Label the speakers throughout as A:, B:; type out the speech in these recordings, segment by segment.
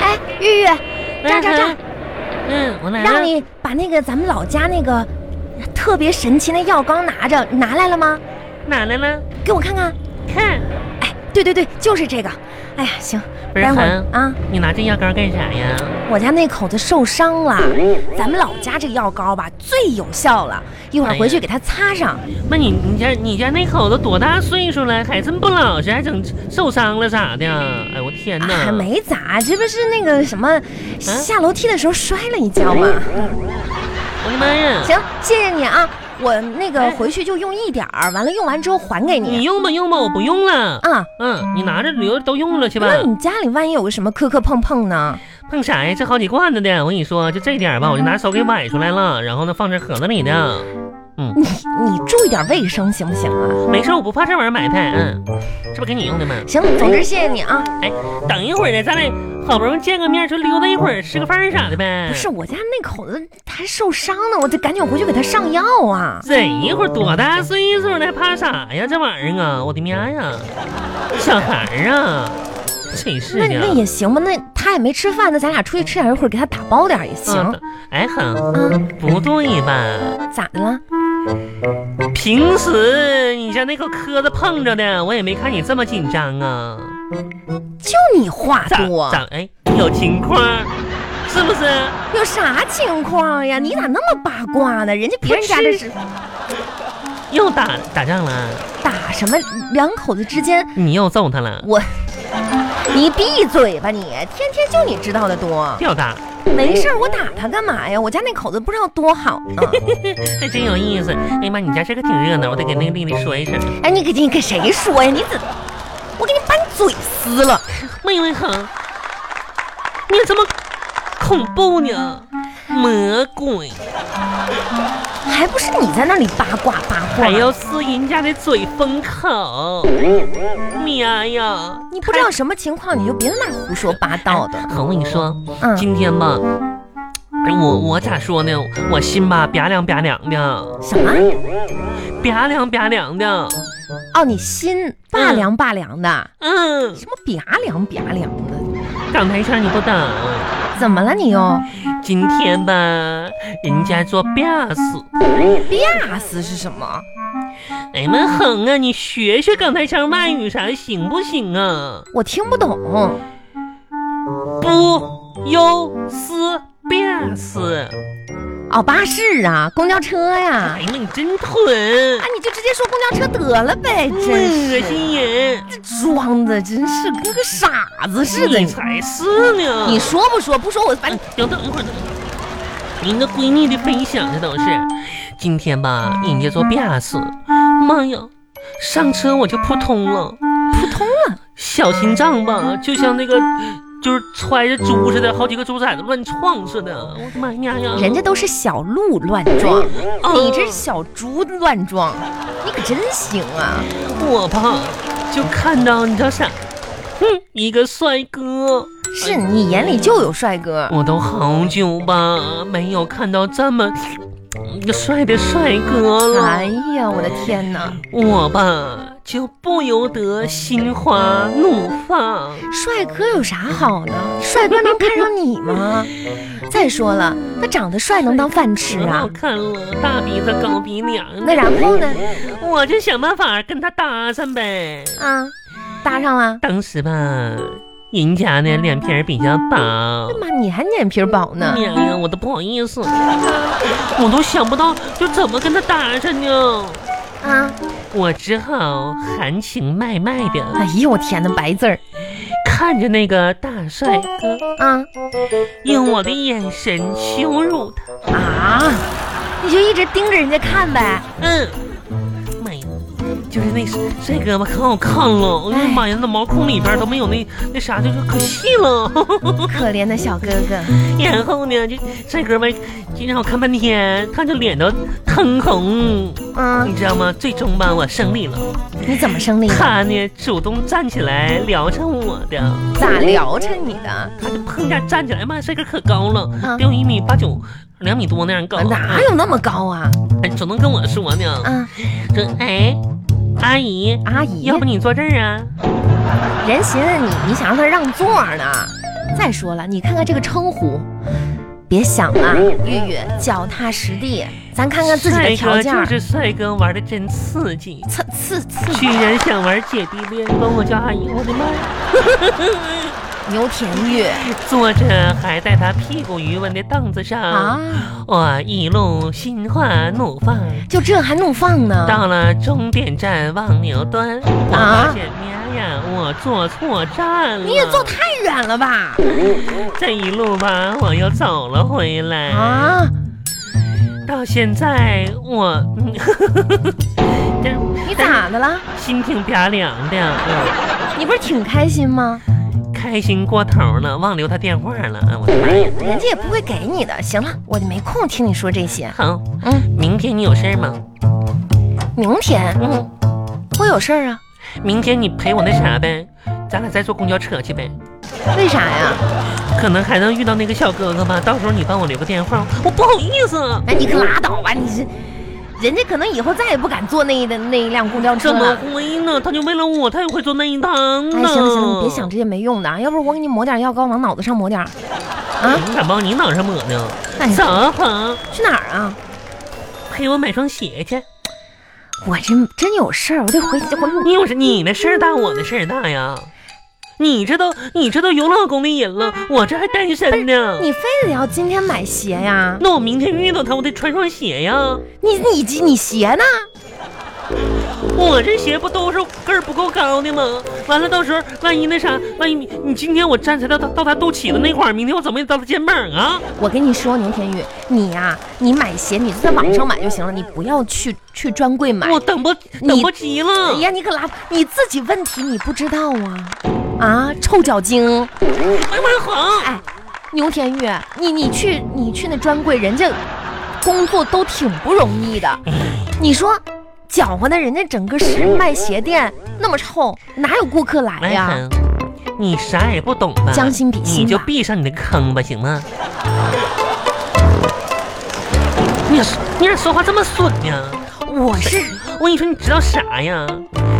A: 哎炸炸炸，
B: 嗯，我拿
A: 让
B: 着。
A: 你把那个咱们老家那个特别神奇的药缸拿着，你拿来了吗？
B: 哪来了？
A: 给我看看。
B: 看，
A: 哎，对对对，就是这个。哎呀，行，
B: 不是
A: 待会儿
B: 韩，
A: 啊，
B: 你拿这药膏干啥呀？
A: 我家那口子受伤了，
B: 嗯
A: 咱们老家这药膏吧最有效了，一会
B: 哎
A: 儿
B: 呀
A: 回去给它擦上。
B: 那你你家你家那口子多大岁数了，还这么不老实，还整受伤了啥的？哎，我天哪！
A: 啊，没咋，这不是那个什么，
B: 嗯
A: 下楼梯的时候摔了一跤嘛。
B: 我的妈呀！
A: 行，谢谢你啊，我那个
B: 哎
A: 回去就用一点儿，完了用完之后还给
B: 你
A: 你。
B: 用吧用吧，我不用了。
A: 啊，
B: 嗯，你拿着留着都用了去吧
A: 那。你家里万一有个什么磕磕碰碰呢？
B: 碰啥呀？这好几罐子的，我跟你说，就这点儿吧，我就拿手给崴出来了，然后呢放这盒子里呢。
A: 嗯你注意点卫生行不行啊？
B: 没事，我不怕这玩意儿埋汰。嗯，这不给你用的吗？
A: 行，总之谢谢你啊。
B: 哎，等一会儿呢，咱俩好不容易见个面，就溜达一会儿，吃个饭啥的呗。
A: 不是，我家那口子还受伤呢，我得赶紧回去给他上药啊。
B: 怎一会儿多
A: 哦
B: 大岁数了，还怕啥呀？这玩意儿啊，我的妈呀，小孩儿啊，真是
A: 那
B: 的。
A: 那也行吧，那他也没吃饭，那咱俩出去吃点，一会儿给他打包点儿也行
B: 啊哎，哼，
A: 啊。
B: 不对吧？
A: 咋的了？
B: 平时你家那个磕子碰着的，我也没看你这么紧张啊。
A: 就你话
B: 咋
A: 多，
B: 咋？哎，有情况，是不是？
A: 有啥情况呀？你咋那么八卦呢？人家别人家
B: 不
A: 的
B: 是
A: 是
B: 又打打仗了？
A: 打什么？两口子之间，
B: 你又揍他了？
A: 我，你闭嘴吧你！天天就你知道的多，
B: 吊打，
A: 没事儿我打他干嘛呀？我家那口子不知道多好呢。
B: 还真有意思。哎呀妈，你家这个挺热闹，我得给那个丽丽说一声。
A: 哎，你给你给谁说呀？你怎，我给你把你嘴撕了！
B: 妹妹好，你怎么恐怖呢？魔鬼，
A: 还不是你在那里八卦八卦？
B: 还要撕人家的嘴封口！妈呀，
A: 你不知道什么情况，你就别在那胡说八道的。
B: 好，我跟你说，
A: 嗯，
B: 今天吧，哎我我咋说呢？我心吧，吧凉吧凉的，
A: 什么？
B: 吧凉吧凉的，
A: 哦，你心拔凉拔凉的，
B: 嗯，
A: 什么拔凉拔凉的？
B: 港台腔你不懂。
A: 怎么了你又？
B: 今天吧，人家做吧死，
A: 吧啊死是什么？
B: 哎呀妈哼啊，你学学港台腔外语啥的行不行啊？
A: 我听不懂。
B: 不忧思变死。
A: 哦，巴士啊，公交车呀、
B: 哎呀妈，你真囤
A: 啊，，你就直接说公交车得了呗，
B: 恶
A: 真是
B: 心人！
A: 这装的真是跟个傻子似的。
B: 你
A: 你
B: 才是呢！
A: 你说不说？不说我把
B: 哎
A: 你。
B: 等等一会儿，等一会儿。您的闺蜜的分享这都是，今天吧，人家做变死，妈呀，上车我就扑通了，
A: 扑通了。
B: 小心脏吧，就像那个。就是揣着猪似的，好几个猪崽子乱撞似的，我的妈呀呀！
A: 人家都是小鹿乱撞，
B: 哦
A: 你这是小猪乱撞，你可真行啊！
B: 我吧，就看到你知道啥？嗯，一个帅哥，
A: 是你眼里就有帅哥，
B: 我都好久吧没有看到这么嗯帅的帅哥
A: 哎
B: 了，
A: 呀，我的天哪！
B: 我吧就不由得心花怒放。
A: 帅哥有啥好呢？帅哥能看上你吗？再说了，那长得帅能当饭吃
B: 可好
A: 啊？
B: 看了，大鼻子高鼻梁
A: 那
B: 的，
A: 然后呢？
B: 我就想办法跟他搭讪呗。
A: 啊，搭上了。
B: 当时吧，人家呢脸皮儿比较薄，
A: 哎妈，你还脸皮薄呢
B: 哎？呀，我都不好意思，我都想不到就怎么跟他搭讪呢，
A: 啊！
B: 我只好含情脉脉的
A: 哎呀，我天哪，白字儿
B: 看着那个大帅哥，
A: 啊
B: 用我的眼神羞辱他。
A: 啊！你就一直盯着人家看 呗。
B: 嗯，妈呀，哎就是那帅哥吧，可好看了，我的妈呀，那毛孔里边都没有那那啥，就是可细了。
A: 可怜的小哥哥，
B: 然后呢，就帅哥吧，就让我看半天，看着脸都通红，
A: 嗯，
B: 你知道吗？最终吧，我胜利了。
A: 你怎么生的？
B: 他呢主动站起来聊着我的，
A: 咋聊着你的？
B: 他就碰见站起来，哎妈，帅哥可高了，
A: 啊
B: 得有一米八九，两米多那样高。
A: 哪有那么高啊？
B: 哎？主动跟我说呢，
A: 啊，
B: 说哎，阿姨，
A: 阿姨
B: 要，不你坐这儿啊？
A: 人寻思你，你想让他让座呢？再说了，你看看这个称呼，别想了，玉玉脚踏实地，咱看看自己的
B: 帅
A: 条
B: 哥
A: 件
B: 就
A: 儿，
B: 哦是帅哥，玩的真刺激，
A: 刺刺刺
B: 居然想玩姐弟恋，管我叫阿姨，我的妈呀！
A: 牛田玉
B: 坐着还在他屁股余温的凳子上，
A: 啊，
B: 我一路心花怒放。
A: 就这还怒放呢？
B: 到了终点站望牛端，我
A: 啊
B: 发现妈呀，我坐错站了。
A: 你也坐太远了吧？
B: 这一路吧，我又走了回来。
A: 啊，
B: 到现在我，嗯但是
A: 你咋的了？
B: 心挺拔凉的，嗯
A: 你不是挺开心吗？
B: 开心过头了，忘留他电话了。啊我的妈呀！
A: 人家也不会给你的。行了，我没空听你说这些。
B: 好，
A: 嗯，
B: 明天你有事儿吗？
A: 明天
B: 嗯，
A: 我有事儿啊？
B: 明天你陪我那啥呗，咱俩再坐公交车去呗。
A: 为啥呀？
B: 可能还能遇到那个小哥哥吧，到时候你帮我留个电话，我不好意思。
A: 哎，你可拉倒吧！你这，人家可能以后再也不敢坐那一的那一辆公交车
B: 怎么
A: 了。
B: 会呢？他就为了我，他也会坐那一趟呢。
A: 哎，行了行了，你别想这些没用的啊！要不然我给你抹点药膏，往脑子上抹点儿。啊，
B: 你咋往嗯你脑上抹呢？
A: 哎，
B: 走好，
A: 去哪儿啊？
B: 陪我买双鞋去。
A: 哎我这真有事儿，我得回回。
B: 你有事，你的事儿大，我的事儿大呀。你这都你这都有老公的人了，我这还单身呢。
A: 你非得要今天买鞋呀？
B: 那我明天遇到他，我得穿双鞋呀。
A: 你你你你鞋呢？
B: 我这鞋不都是跟儿不够高的吗？完了，到时候万一那啥，万一你你今天我站起来到他到他肚脐的那块儿，明天我怎么也到他肩膀啊？
A: 我跟你说，牛天宇，你呀、你买鞋你就在网上买就行了，你不要去去专柜买。
B: 我等不等不及
A: 哎
B: 了。
A: 呀，你可拉，你自己问题你不知道啊！啊，臭脚精！
B: 哎呀妈呀，好！
A: 哎，牛天宇，你你去你去那专柜，人家工作都挺不容易的。你说，搅和的人家整个是卖鞋店那么臭，哪有顾客来
B: 来
A: 呀？
B: 呀，哎你啥也不懂吧？
A: 将心比心吧
B: 你就闭上你的坑吧，行吗？你说你咋说话这么损呢？
A: 我是
B: 我跟你说，你知道啥呀？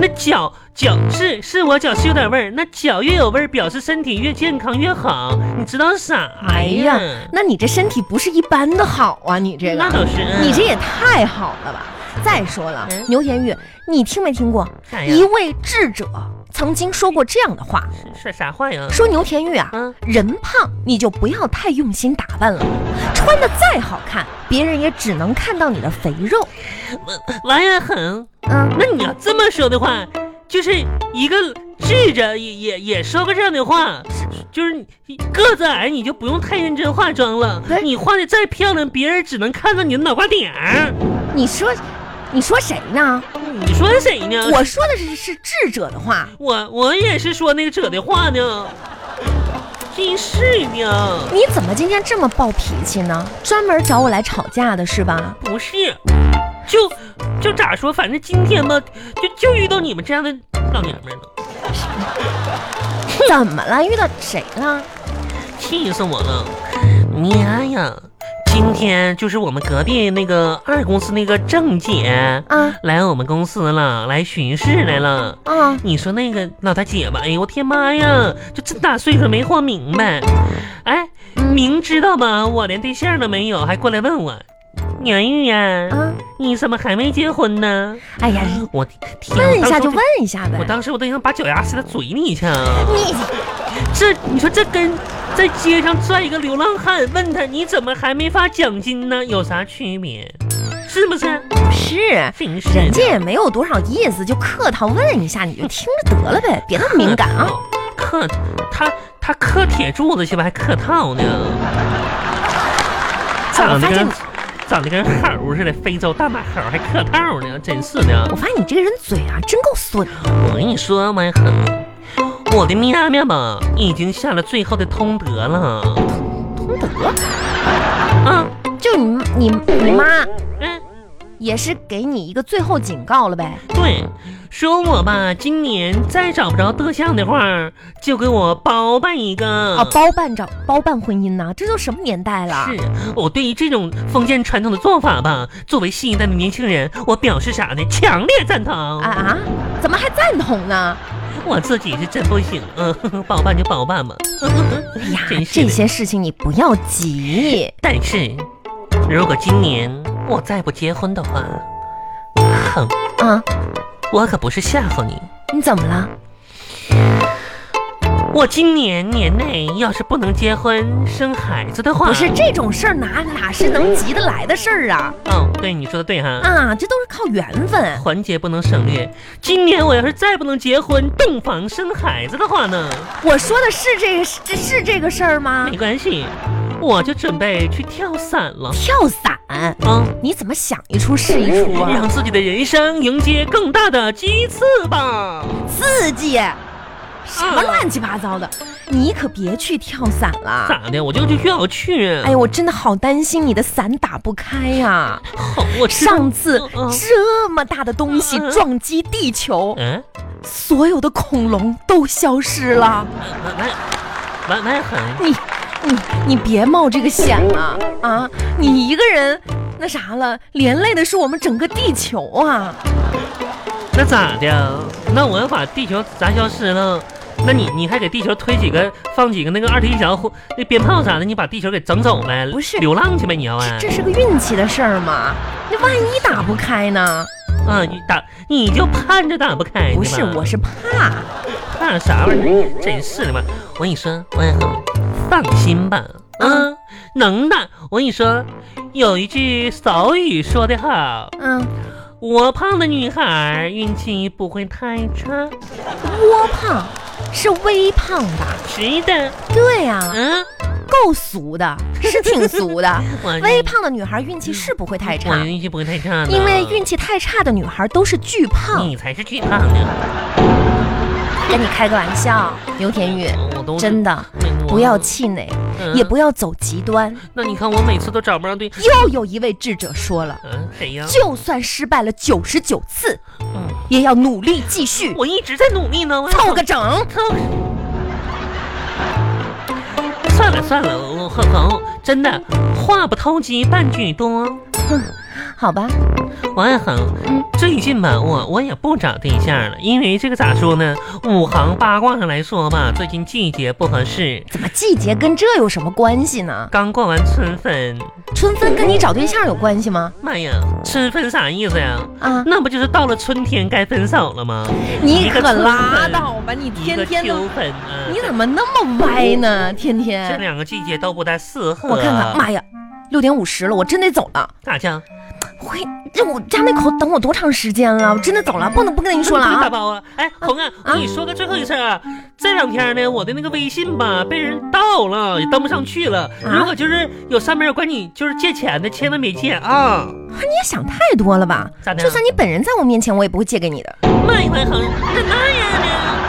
B: 那脚脚是是我脚是有点味儿，那脚越有味儿，表示身体越健康越好，你知道啥
A: 哎呀，那你这身体不是一般的好啊！你这
B: 嗯那
A: 个，
B: 倒是，
A: 你这也太好了吧！再说了
B: 嗯，
A: 牛天宇，你听没听过
B: 啥哎呀
A: 一位智者曾经说过这样的话？
B: 说啥话呀？
A: 说牛田玉啊，
B: 嗯
A: 人胖你就不要太用心打扮了，穿的再好看，别人也只能看到你的肥肉。
B: 王呀很，
A: 嗯，
B: 那你要这么说的话，就是一个智者也也也说过这样的话，就是你个子矮你就不用太认真化妆了
A: 对，
B: 你化的再漂亮，别人只能看到你的脑瓜顶儿。
A: 你说，你说谁呢？
B: 你说谁呢？
A: 我说的是是智者的话，
B: 我我也是说那个者的话呢，真是呢，
A: 你怎么今天这么暴脾气呢？专门找我来吵架的是吧？
B: 不是，就就咋说，反正今天吧，就就遇到你们这样的老娘们儿了，
A: 怎么了？遇到谁了？
B: 气死我了！妈呀，今天就是我们隔壁那个二公司那个郑姐
A: 啊
B: 来我们公司了，来巡视来了。
A: 啊！
B: 你说那个老大姐吧，哎呦我天妈呀，就这大岁数没活明白，哎，明知道吧，我连对象都没有，还过来问我，娘玉呀，
A: 啊！
B: 你怎么还没结婚呢？
A: 哎呀，
B: 我天，
A: 问一
B: 我当
A: 下
B: 时
A: 就
B: 我
A: 问一下
B: 我
A: 呗。
B: 当时我都想把脚丫塞他嘴里去啊！
A: 你
B: 这你说这跟在街上拽一个流浪汉问他你怎么还没发奖金呢，有啥区别？是不是？
A: 是
B: 真是的
A: 人家也没有多少意思，就客套问一下，你就听着得了呗，别那么敏感啊。
B: 客，他他磕铁柱子去吧，还客套呢。
A: 我
B: 长得
A: 发现
B: 跟
A: 你，
B: 长得跟猴似的，非洲大马猴还客套呢，真是的
A: 我。发现你这个人嘴啊，真够损的。
B: 我跟你说嘛，很，我的喵喵吧，已经下了最后的通牒了。
A: 通德，
B: 啊，
A: 就你你你妈
B: 嗯，
A: 也是给你一个最后警告了呗。
B: 对，说我吧，今年再找不着对象的话，就给我包办一个。
A: 啊，包啊办找包办婚姻呐、这都什么年代了？
B: 嗯是我对于这种封建传统的做法吧，作为新一
A: 啊
B: 代的年轻人，我表示啥呢？强烈赞同。
A: 啊啊，怎么还赞同呢？
B: 我自己是真不行， 嗯，包办就包办吧。
A: 哎呀
B: 真，是的
A: 这些事情你不要急。
B: 但是，如果今年我再不结婚的话，哼，
A: 啊，
B: 我可不是吓唬你，
A: 你怎么了？
B: 我今年年内要是不能结婚生孩子的话，
A: 不是这种事儿哪哪是能急得来的事儿啊！
B: 哦，对，你说的对哈。
A: 啊，这都是靠缘分。
B: 环节不能省略。今年我要是再不能结婚、洞房生孩子的话呢，
A: 我说的是这个，这是这个事儿吗
B: 没？关系，我就准备去跳伞了
A: 跳伞，
B: 啊，
A: 你怎么想一出是一出啊？
B: 让自己的人生迎接更大的鸡翅吧。
A: 刺激，
B: 嗯
A: 什么乱七八糟的？你可别去跳伞了。
B: 咋的？我就就越要去。
A: 哎呦，我真的好担心你的伞打不开呀、
B: 好，我知道
A: 上次
B: 嗯嗯
A: 这么大的东西撞击地球，
B: 嗯，
A: 所有的恐龙都消失了。
B: 完完完完很
A: 你你你别冒这个险了啊！你一个人那啥了，连累的是我们整个地球啊！
B: 那咋的？那我要把地球砸消失了。那你你还给地球推几个放几个那个二踢脚或那鞭炮啥的，你把地球给整走呗？
A: 不是
B: 流浪去呗？你要啊？
A: 这是个运气的事儿嘛？那万一打不开呢？
B: 啊，你打你就盼着打不开，
A: 不是，
B: 对吧
A: 我是怕。
B: 怕啥玩意儿？真是的吧！我跟你说，我也很放心吧，
A: 嗯
B: 嗯，能的。我跟你说，有一句俗语说得好，
A: 嗯，
B: 我胖的女孩运气不会太差。
A: 窝胖是微胖吧？
B: 是的，啊
A: 对呀、
B: 嗯，
A: 够俗的，是挺俗的。
B: 我
A: 微胖的女孩运气是不会太
B: 我
A: 差，
B: 运气不会太差的，
A: 因为运气太差的女孩都是巨胖。
B: 你才是巨胖的，
A: 跟你开个玩笑，刘田玉，
B: 我都
A: 真的不要气馁，也。
B: 我
A: 不要走极端。
B: 啊嗯那你看我每次都找不着对，
A: 又有一位智者说了，
B: 嗯，谁呀？
A: 就算失败了九十九次，
B: 嗯
A: 也要努力继续，
B: 我一直在努力呢，我要
A: 凑个整。
B: 操！算了算了，我很很真的话不投机半句多。
A: 好吧，
B: 王爱恒
A: 嗯，
B: 最近吧，我我也不找对象了，因为这个咋说呢？五行八卦上来说吧，最近季节不合适，
A: 怎么季节跟这有什么关系呢？
B: 刚过完春分，
A: 春分跟你找对象有关系吗？
B: 妈呀，春分啥意思呀？
A: 啊，
B: 那不就是到了春天该分手了吗？
A: 你
B: 一个
A: 可
B: 春分
A: 拉倒吧，你
B: 一
A: 天
B: 个
A: 天都
B: 秋，分啊，
A: 你怎么那么歪呢？天
B: 这
A: 天，
B: 两个季节都不太适合。
A: 我看看，妈呀，六点五十了，我真得走了。
B: 咋叫？
A: 喂，这我家那口等我多长时间了？我真的走了，不能不跟您说了
B: 不能打
A: 啊！
B: 包啊！哎，红啊，我
A: 啊
B: 跟你说个最后一事儿啊，这两天呢，我的那个微信吧被人盗了，也登不上去了。
A: 啊
B: 如果就是有上面有管你就是借钱的，千万别借啊！
A: 你也想太多了吧？
B: 咋的？
A: 就算你本人在我面前，我也不会借给你的。
B: 卖卖恒，那那样呢？